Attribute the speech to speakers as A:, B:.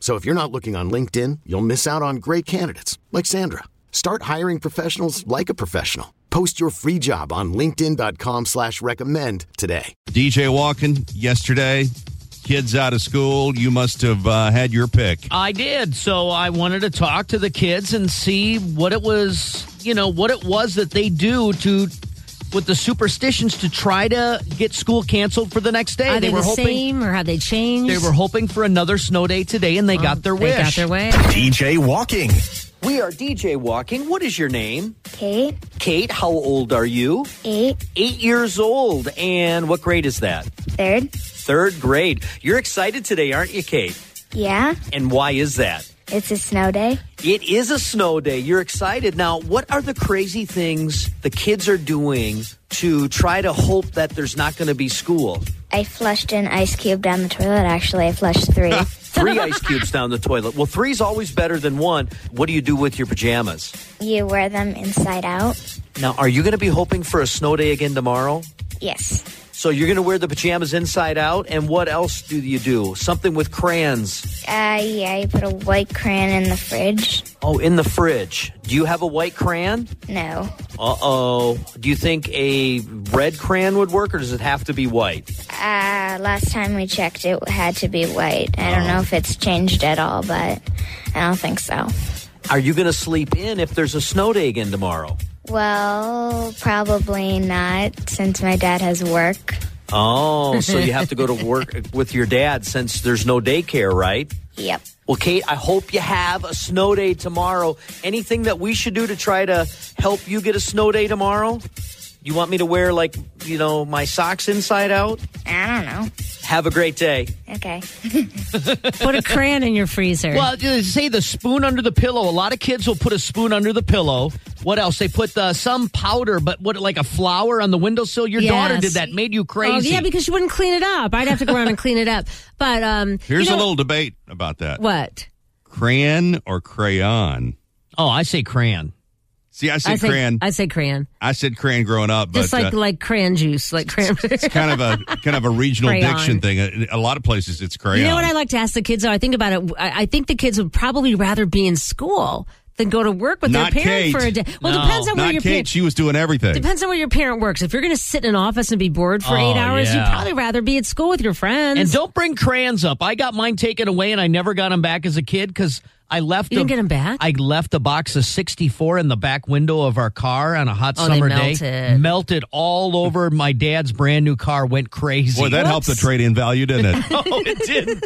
A: So if you're not looking on LinkedIn, you'll miss out on great candidates like Sandra. Start hiring professionals like a professional. Post your free job on LinkedIn.com slash recommend today.
B: DJ Walken yesterday. Kids out of school. You must have uh, had your pick.
C: I did. So I wanted to talk to the kids and see what it was, you know, what it was that they do to with the superstitions to try to get school canceled for the next day.
D: Are they,
C: were
D: the
C: hoping
D: same or have they changed?
C: they were hoping for another snow day today and they got their
D: Um, They
C: wish.
D: got their way.
E: DJ Walking.
F: We are DJ Walking. What is your name?
G: Eight,
F: Kate, how old are you?
G: eight,
F: Eight years old. And what grade is that?
G: third.
F: Third grade. You're excited today, aren't you, Kate?
G: Yeah,
F: And why is that?
G: it's a snow day.
F: It is a snow day. You're excited. Now, what are the crazy things the kids are doing to try to hope that there's not going to be school?
G: I flushed an ice cube down the toilet. Actually, I flushed three.
F: Three ice cubes down the toilet. Well, three's always better than one. What do you do with your pajamas?
G: you wear them inside out?
F: Now, are you going to be hoping for a snow day again tomorrow?
G: Yes.
F: So you're going to wear the pajamas inside out, and what else do you do? Something with crayons.
G: Uh, yeah, you put a white crayon in the fridge.
F: Oh, in the fridge. Do you have a white crayon?
G: No,
F: Uh oh. Do you think a red crayon would work, or does it have to be white?
G: uh, last time we checked, it had to be white. I
F: Oh.
G: don't know if it's changed at all, but I don't think so.
F: Are you going to sleep in if there's a snow day again tomorrow?
G: Well, probably not, since my dad has work.
F: Oh, so you have to go to work with your dad since there's no daycare, right?
G: Yep.
F: Well, Kate, I hope you have a snow day tomorrow. Anything that we should do to try to help you get a snow day tomorrow? You want me to wear, like, you know, my socks inside out?
G: I don't know.
F: Have a great day.
G: Okay.
D: Put a crayon in your freezer.
C: Well, they say the spoon under the pillow. A lot of kids will put a spoon under the pillow. What else? They put the, some powder, but what, like a flower on the windowsill? Your daughter
D: Yes.
C: did that. Made you
D: Oh,
C: crazy.
D: yeah, because you wouldn't clean it up. I'd have to go around and clean it up. But um,
B: Here's
D: you know-
B: a little debate about that.
D: what.
B: Crayon or crayon?
C: oh, I say crayon.
B: See, I said
D: I say
B: crayon. I,
D: I say crayon.
B: said crayon growing up, but
D: Just like
B: uh,
D: like crayon juice, like crayon.
B: it's kind of a kind of a regional
D: Crayon.
B: diction thing. Uh, A, a lot of places it's crayon.
D: You know what I like to ask the kids? Though I think about it, I, I think the kids would probably rather be in school than go to work with
B: Not
D: their parent
B: Kate.
D: for a day. Well,
C: No.
D: depends on where
B: Not
D: your
B: Kate.
D: parent.
B: She was doing everything.
D: Depends on where your parent works. If you're going to sit in an office and be bored for
C: Oh,
D: eight hours,
C: yeah.
D: you'd probably rather be at school with your friends.
C: And don't bring crayons up. I got mine taken away, and I never got them back as a kid because I left.
D: You didn't
C: a-
D: get 'em back?
C: I left a box of '64 in the back window of our car on a hot
D: Oh, they
C: summer day.
D: melted.
C: Melted all over my dad's brand new car. Went crazy.
B: Boy, that helped the
D: Whoops.
B: trade in value, didn't it?
C: oh, it did.